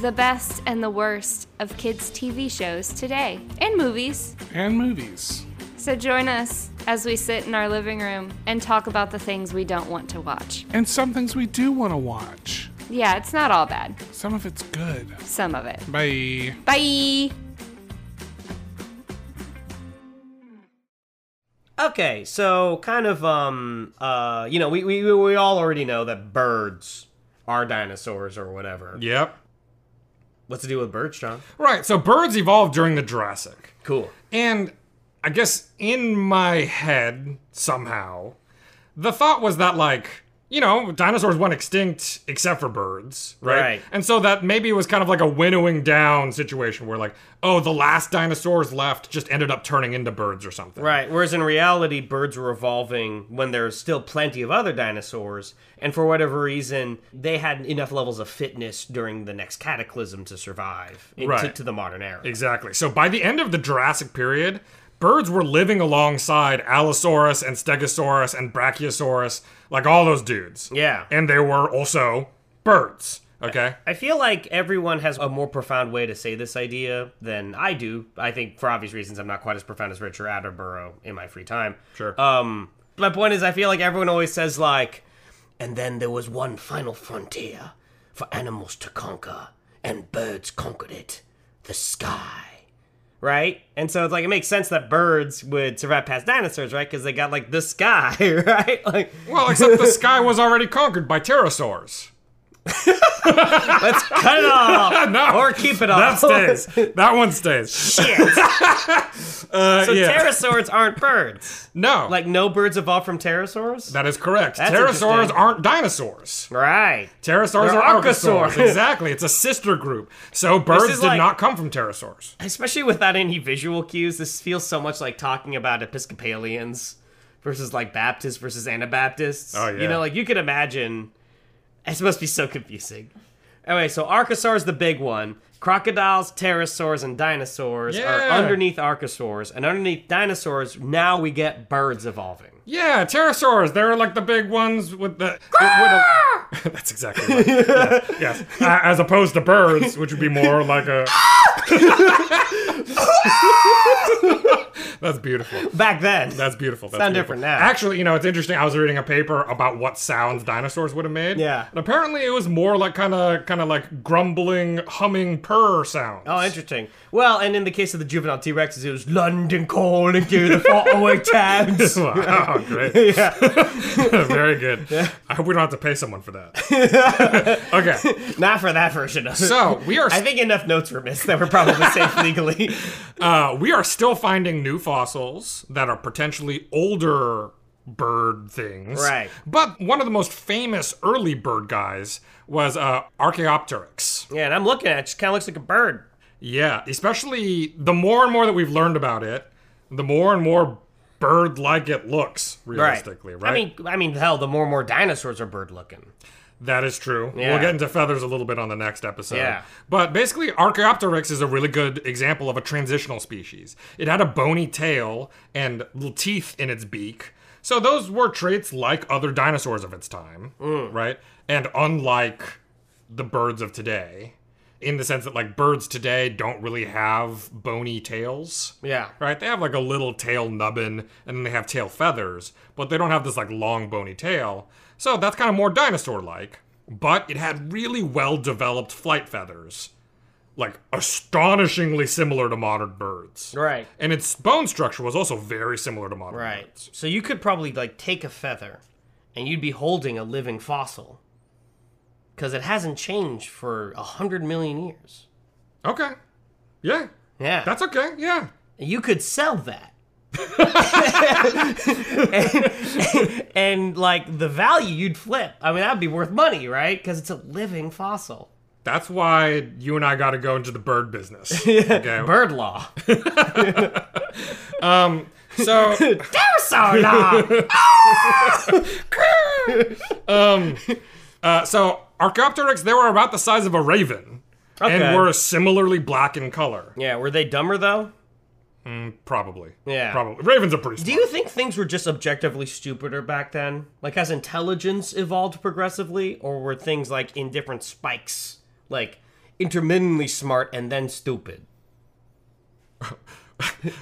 the best and the worst of kids' TV shows today and movies.
And movies.
So join us as we sit in our living room and talk about the things we don't want to watch.
And some things we do want to watch.
Yeah, it's not all bad.
Some of it's good.
Some of it.
Bye.
Bye.
Okay, so kind of um uh you know we we we all already know that birds are dinosaurs or whatever.
Yep.
What's the deal with birds, John?
Right, so birds evolved during the Jurassic.
Cool.
And I guess in my head, somehow, the thought was that, like, you know, dinosaurs went extinct except for birds, right?
Right.
And so that maybe it was kind of like a winnowing down situation where, like, oh, the last dinosaurs left just ended up turning into birds or something.
Right. Whereas in reality, birds were evolving when there's still plenty of other dinosaurs, and for whatever reason, they had enough levels of fitness during the next cataclysm to survive in- to-
Right.
to the modern era.
Exactly. So by the end of the Jurassic period, birds were living alongside Allosaurus and Stegosaurus and Brachiosaurus, like all those dudes.
Yeah.
And they were also birds. Okay.
I feel like everyone has a more profound way to say this idea than I do. I think for obvious reasons, I'm not quite as profound as Richard Attenborough in my free time.
Sure.
Um, my point is, I feel like everyone always says like, and then there was one final frontier for animals to conquer, and birds conquered it, the sky. Right? And so it's like it makes sense that birds would survive past dinosaurs, right? Because they got like the sky, *laughs* right? Like
Well,
*laughs*
except the sky was already conquered by pterosaurs.
let's cut it
*laughs*
off
No.
or keep it
That
off. *laughs*
stays. That one stays.
Shit.
Uh,
So
yeah.
pterosaurs aren't birds.
no.
Like no birds evolved from pterosaurs?
that is correct.
That's
Pterosaurs
interesting.
aren't dinosaurs.
Right.
Pterosaurs
They're
are
archosaurs. *laughs*
archosaurs. exactly. It's a sister group. So birds
is
did
like-
not come from pterosaurs.
Especially without any visual cues, this feels so much like talking about Episcopalians versus like Baptists versus Anabaptists.
Oh,
You
yeah.
know, like you could imagine. It must be so confusing. Anyway, so Archosaur's the big one. Crocodiles, pterosaurs, and dinosaurs are
Yeah.
underneath archosaurs, and underneath dinosaurs, now we get birds evolving.
Yeah, pterosaurs. They're like the big ones with the. with a- *laughs* that's exactly right. yes. yes. Uh, as opposed to birds, which would be more like a. *laughs* that's beautiful.
Back then.
That's beautiful. That's
Sound
beautiful.
different now.
Actually, you know, it's interesting. I was reading a paper about what sounds dinosaurs would have made.
Yeah.
And apparently, it was more like kind of, kind of like grumbling, humming, purr sounds.
Oh, interesting. Well, and in the case of the juvenile T Rexes, it was London calling to the
*laughs*
faraway towns.
Wow,
*laughs*
great.
yeah.
*laughs* Very good. I hope we don't have to pay someone for that.
*laughs*
*laughs* okay.
Not for that version of it.
So we are
I think enough notes were missed that were probably
*laughs*
safe legally.
uh, we are still finding new fossils that are potentially older bird things.
Right.
But one of the most famous early bird guys was uh, Archaeopteryx.
Yeah, and I'm looking at it, it just kind of looks like a bird.
Yeah, especially the more and more that we've learned about it, the more and more bird-like it looks realistically, right?
I mean, I mean, hell, the more and more dinosaurs are bird looking.
That is true.
Yeah.
We'll get into feathers a little bit on the next episode.
Yeah.
But basically, Archaeopteryx is a really good example of a transitional species. It had a bony tail and little teeth in its beak. So those were traits like other dinosaurs of its time,
Mm.
right? And unlike the birds of today, in the sense that like birds today don't really have bony tails.
Yeah.
Right? They have like a little tail nubbin and then they have tail feathers, but they don't have this like long bony tail. So that's kind of more dinosaur like. But it had really well developed flight feathers, like astonishingly similar to modern birds.
Right.
And its bone structure was also very similar to modern
Right.
birds.
So you could probably like take a feather, and you'd be holding a living fossil, because it hasn't changed for a hundred million years.
Okay. Yeah.
Yeah.
That's okay. Yeah.
You could sell that. and, and, like the value you'd flip. I mean, that'd be worth money, right? Because it's a living fossil.
That's why you and I got to go into the
*laughs*
bird business. Okay.
Bird law.
so
*laughs* Pterosaur *laughs* law.
Uh, so Archaeopteryx, they were about the size of a raven,
Okay.
and were similarly black in color.
yeah, were they dumber though?
Mm, probably.
Yeah.
Probably. Ravens are pretty
Do you think things were just objectively stupider back then? Like, has intelligence evolved progressively, or were things like in different spikes, like intermittently smart and then stupid?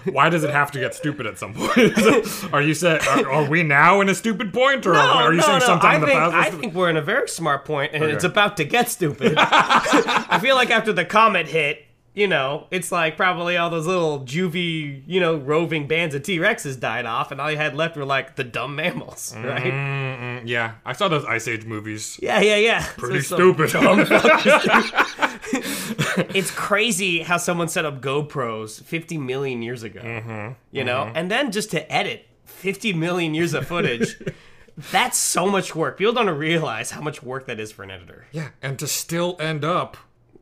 Why does it have to get stupid at some point? *laughs* are you saying are, are we now in a stupid point, or are you saying sometime
Oh, I
in the
think,
past?
I think we're in a very smart point, and
Okay.
it's about to get
*laughs*
stupid. I feel like after the comet hit, you know, it's like probably all those little juvie, you know, roving bands of T Rexes died off, and all you had left were like the dumb mammals, *laughs* right?
Mm, mm, yeah, I saw those Ice Age movies.
Yeah, yeah, yeah.
Pretty
So some
stupid. *laughs*
dumb fucking- it's crazy how someone set up GoPros 50 million years ago.
Mm-hmm.
You know,
mhm.
and then just to edit 50 million years of
*laughs*
footage. That's so much work. People don't realize how much work that is for an editor.
yeah, and to still end up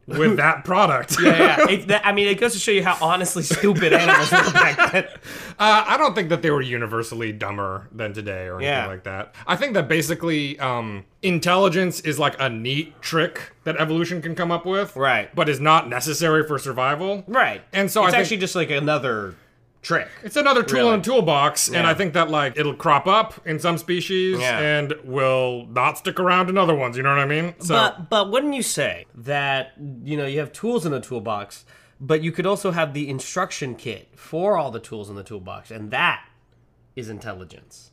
with that product.
Yeah, yeah. It, that, I mean, it goes to show you how honestly *laughs* stupid animals were back then.
Uh, I don't think that they were universally dumber than today or anything
Yeah.
like that. I think that basically um, intelligence is like a neat trick that evolution can come up with, right? But is not necessary for survival,
right?
And so
It's
I
actually just like another trick.
It's another tool
Really.
in the toolbox, and
Yeah.
I think that like it'll crop up in some species
Yeah.
and will not stick around in other ones. You know what I mean? So
But but wouldn't you say that you know you have tools in the toolbox, but you could also have the instruction kit for all the tools in the toolbox, and that is intelligence.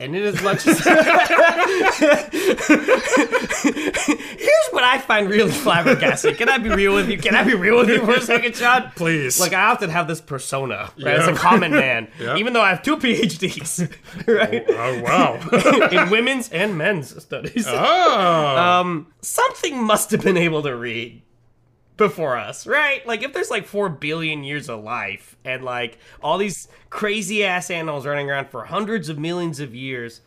And in as much as *laughs* here's what I find really flabbergasted. Can I be real with you? Can I be real with you for a second, Sean?
Please.
Like I often have this persona right, as
Yeah.
a common
*laughs*
man,
Yeah.
even though I have two PhDs. *laughs* Right?
Oh, wow.
*laughs* in women's and men's studies.
Oh.
Um, something must have been able to read before us, right? Like, if there's like four billion years of life and like all these crazy ass animals running around for hundreds of millions of years,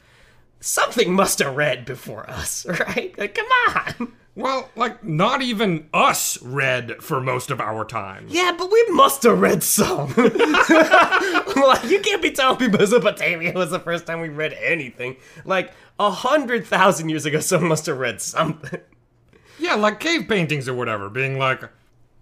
something must have read before us, *laughs* right? Like, come on.
Well, like not even us read for most of our time.
Yeah, but we must have read some. *laughs* like, you can't be telling me Mesopotamia was the first time we read anything. Like, a hundred thousand years ago, someone must have read something.
Yeah, like cave paintings or whatever, being like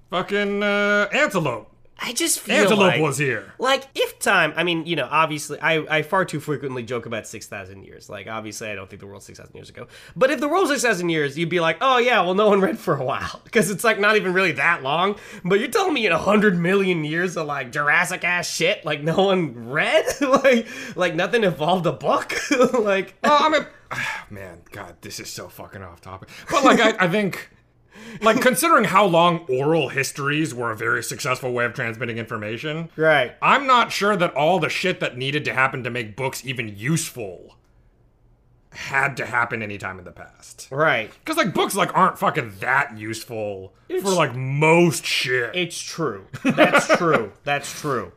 fucking uh, antelope.
I just feel
antelope
like-
was here.
Like if time, I mean, you know, obviously, I, I far too frequently joke about six thousand years. Like obviously, I don't think the world's six thousand years ago. But if the world's six thousand years, you'd be like, oh yeah, well, no one read for a while *laughs* because it's like not even really that long. But you're telling me in hundred million years of like Jurassic ass shit, like no one read, *laughs* like like nothing evolved a book, *laughs* like.
Oh, I mean, *sighs* man, God, this is so fucking off topic. But like, I, I think, like, considering how long oral histories were a very successful way of transmitting information,
right?
I'm not sure that all the shit that needed to happen to make books even useful had to happen anytime in the past.
Right.
Because like books like aren't fucking that useful for
It's-
like most shit.
It's true. That's *laughs* true. That's true.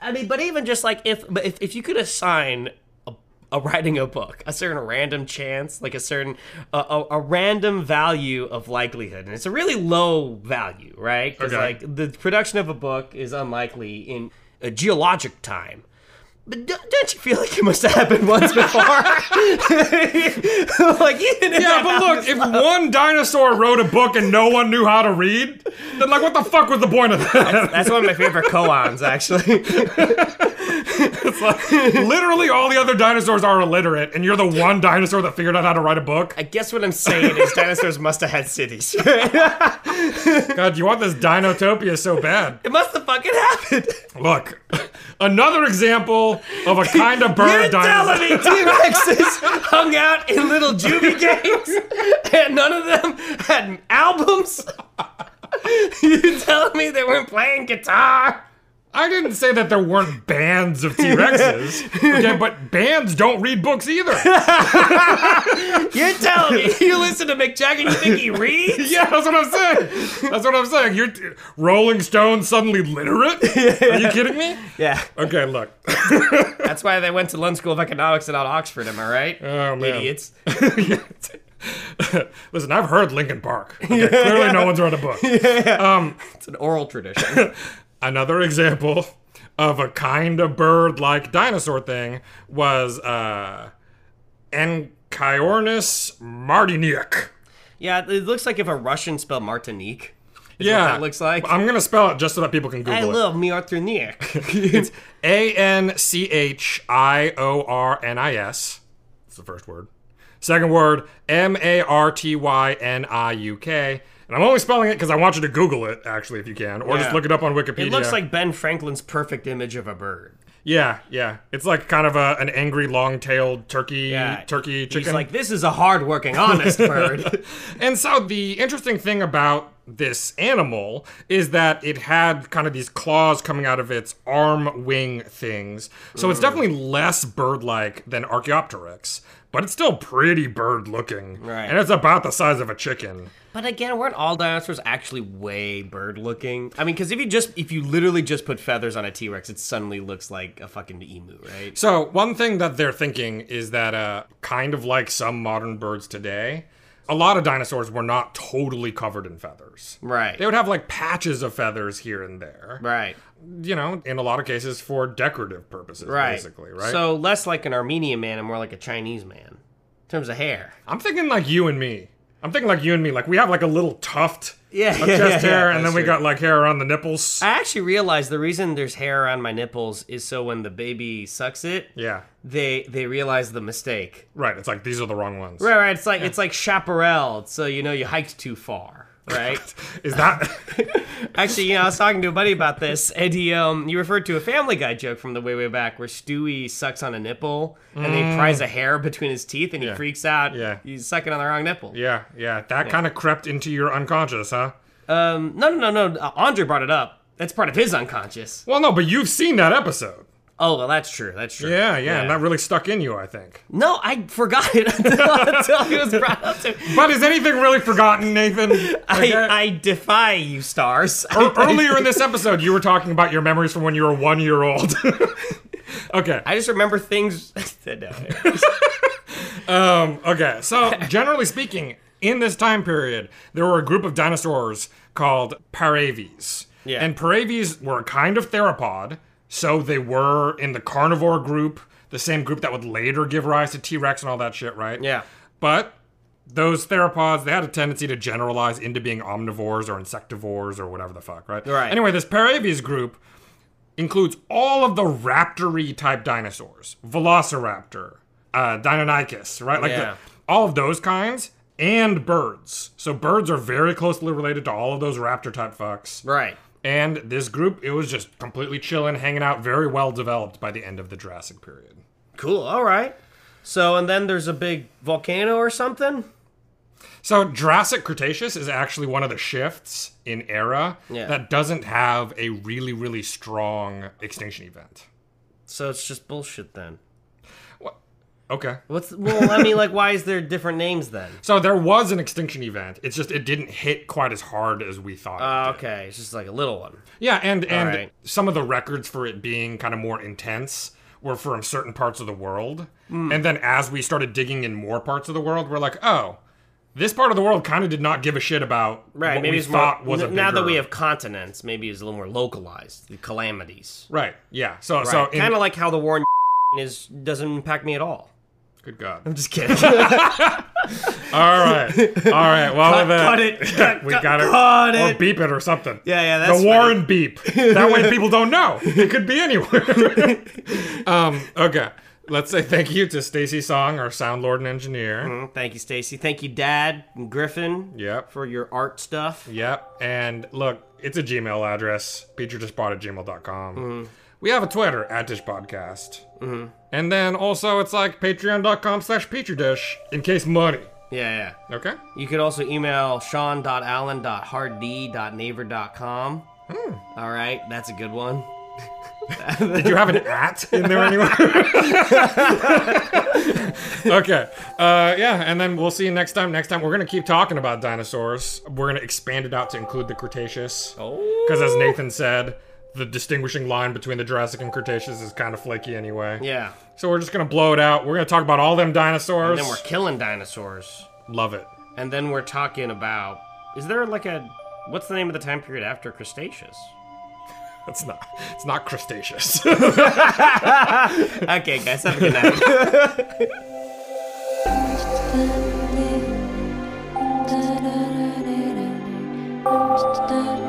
I mean, but even just like if but if, if you could assign a, a writing a book a certain random chance, like a certain a, a, a random value of likelihood, and it's a really low value, right? Because
Okay.
like the production of a book is unlikely in a geologic time. But do- don't you feel like it must have happened *laughs* once before? like even if
Yeah,
that
but look,
happens-
if one dinosaur wrote a book and no one knew how to read, then like what the fuck was the point of that?
*laughs*
*laughs*
That's one of my favorite koans, actually.
it's like literally all the other dinosaurs are illiterate, and you're the one dinosaur that figured out how to write a book.
I guess what I'm saying is dinosaurs must have had cities. *laughs*
God, you want this dinotopia so bad.
It must have fucking happened.
Look, another example of a kind of bird
You're
dinosaur.
telling me T-Rexes hung out in little
*laughs*
juvie gangs and none of them had albums? you telling me they weren't playing guitar?
I didn't say that there weren't bands of T Rexes. Okay, but bands don't read books
*laughs*
either.
You're telling me you listen to Mick Jagger and you think he reads?
*laughs* Yeah, that's what I'm saying. That's what I'm saying. You're Rolling Stone suddenly literate? Are you kidding me?
Yeah.
Okay, look. *laughs*
That's why they went to Lund School of Economics and not Oxford, am I right?
Oh man.
Idiots.
*laughs* Listen, I've heard Lincoln Park. Okay, clearly, no one's read
*laughs*
a book. Um,
it's an oral tradition.
another example of a kind of bird-like dinosaur thing was uh, Enchiornis martiniac.
Yeah, it looks like if a Russian spelled Martinique.
yeah,
that looks like.
I'm gonna spell it just so that people can Google
I
it.
love me Arthur Nick.
it's *laughs* A N C H I O R N I S. That's the first word. Second word, M A R T Y N I U K. And I'm only spelling it because I want you to Google it, actually, if you can, or just
Yeah.
look it up on Wikipedia.
It looks like Ben Franklin's perfect image of a bird.
Yeah, yeah. It's like kind of a, an angry, long-tailed turkey, turkey chicken.
He's like, this is a hard-working, honest bird.
*laughs* and so the interesting thing about this animal is that it had kind of these claws coming out of its arm wing things. So it's
Mm.
definitely less bird-like than Archaeopteryx, but it's still pretty bird-looking. Right. And it's about the size of a chicken.
*laughs* But again, weren't all dinosaurs actually way bird-looking? I mean, because if you just, if you literally just put feathers on a T-Rex, it suddenly looks like a fucking emu, right?
So one thing that they're thinking is that, uh, kind of like some modern birds today, a lot of dinosaurs were not totally covered in feathers.
Right.
They would have like patches of feathers here and there.
Right.
You know, in a lot of cases for decorative purposes,
Right.
basically, right?
So less like an Armenian man and more like a Chinese man in terms of hair.
I'm thinking like you and me. I'm thinking like you and me. Like we have like a little tuft
Yeah,
of
*laughs* yeah,
chest
yeah,
hair,
yeah,
and then
that's
we
true.
got like hair around the nipples.
I actually realized the reason there's hair on my nipples is so when the baby sucks it,
Yeah.
they they realize the mistake.
Right. It's like these are the wrong ones.
Right, right. It's like it's like chaparral, so you know you hiked too
*laughs*
far, right? *laughs*
Is that
actually? You know, I was talking to a buddy about this, and he um, you referred to a Family Guy joke from the way way back where Stewie sucks on a nipple and they
Mm.
pries a hair between his teeth, and he
Yeah.
freaks out.
Yeah.
he's sucking on the wrong nipple.
Yeah, yeah. That
Yeah.
kind of crept into your unconscious, huh?
Um, no, no, no, no. uh, Andre brought it up. That's part of his unconscious.
Well, no, but you've seen that episode.
Oh, well, that's true. That's true.
Yeah, yeah, and that really stuck in you, I think.
No, I forgot it *laughs* until, until it was brought up to me.
But is anything really forgotten, Nathan?
*laughs* I, I defy you, stars. *laughs*
Ear- Earlier in this episode, you were talking about your memories from when you were one year old. *laughs* okay.
I just remember things. *laughs* no,
um, okay,
*laughs*
so generally speaking, in this time period, there were a group of dinosaurs called Paraves.
Yeah.
And Paraves were a kind of theropod, so they were in the carnivore group, the same group that would later give rise to T Rex and all that shit, right?
Yeah.
But those theropods, they had a tendency to generalize into being omnivores or insectivores or whatever the fuck, right?
Right.
Anyway, this Paraves group includes all of the raptory type dinosaurs velociraptor uh, deinonychus right like the-
Yeah.
all of those kinds and birds so birds are very closely related to all of those raptor type
*laughs*
fucks
right
and this group it was just completely chilling hanging out very well developed by the end of the jurassic period
Cool. All right. So, and then there's a big volcano or something.
so jurassic cretaceous is actually one of the shifts in era
Yeah.
that doesn't have a really really strong extinction event
So it's just bullshit then.
okay
What's well? I mean, like, why is there different names then?
So there was an extinction event. It's just it didn't hit quite as hard as we thought.
Uh, okay, it's just like a little one.
yeah, and
All
and
right.
some of the records for it being kind of more intense were from certain parts of the world.
Mm.
And then as we started digging in more parts of the world, we're like, oh, this part of the world kind of did not give a shit about
Right.
what
maybe
we
it's
thought
more,
was a
n- now that we
bigger-
have continents. Maybe it's a little more localized. The calamities.
right. Yeah. So so in-
kind of like how the war in *laughs* is doesn't impact me at all.
Good God.
I'm just kidding. *laughs*
All right. All right. Well, uh,
Cut-
with that,
cut
*laughs*
it. Cut-
we
cut-
got it.
cut
or
it.
beep it or something.
Yeah, yeah, that's
the Warren beep. That way people don't know. It could be anywhere.
*laughs*
um, okay. Let's say thank you to Stacy Song, our sound lord and engineer.
Thank you, Stacy. Thank you, Dad and Griffin.
Yep.
For your art stuff.
Yep. And look, it's a Gmail address. PeterDispot at gmail.com.
Mhm.
We have a Twitter at Dish Podcast.
Mm-hmm.
And then also it's like patreon.com slash PeterDish in case money.
Yeah, yeah.
Okay.
You could also email sean.allen.hardd.naver.com. All right, that's a good one.
Did you have an at in there anywhere? *laughs* okay. Uh, yeah, and then we'll see you next time. Next time, we're going to keep talking about dinosaurs. We're going to expand it out to include the Cretaceous.
Oh.
Because as Nathan said, the distinguishing line between the Jurassic and Cretaceous is kind of flaky anyway.
Yeah.
So we're just going to blow it out. We're going to talk about all them
And
dinosaurs.
then we're killing dinosaurs.
Love it.
And then we're talking about is there like a what's the name of the time period after Cretaceous?
That's not it's not Cretaceous. *laughs*
okay, guys, have a good night.
Da da da da da da da
da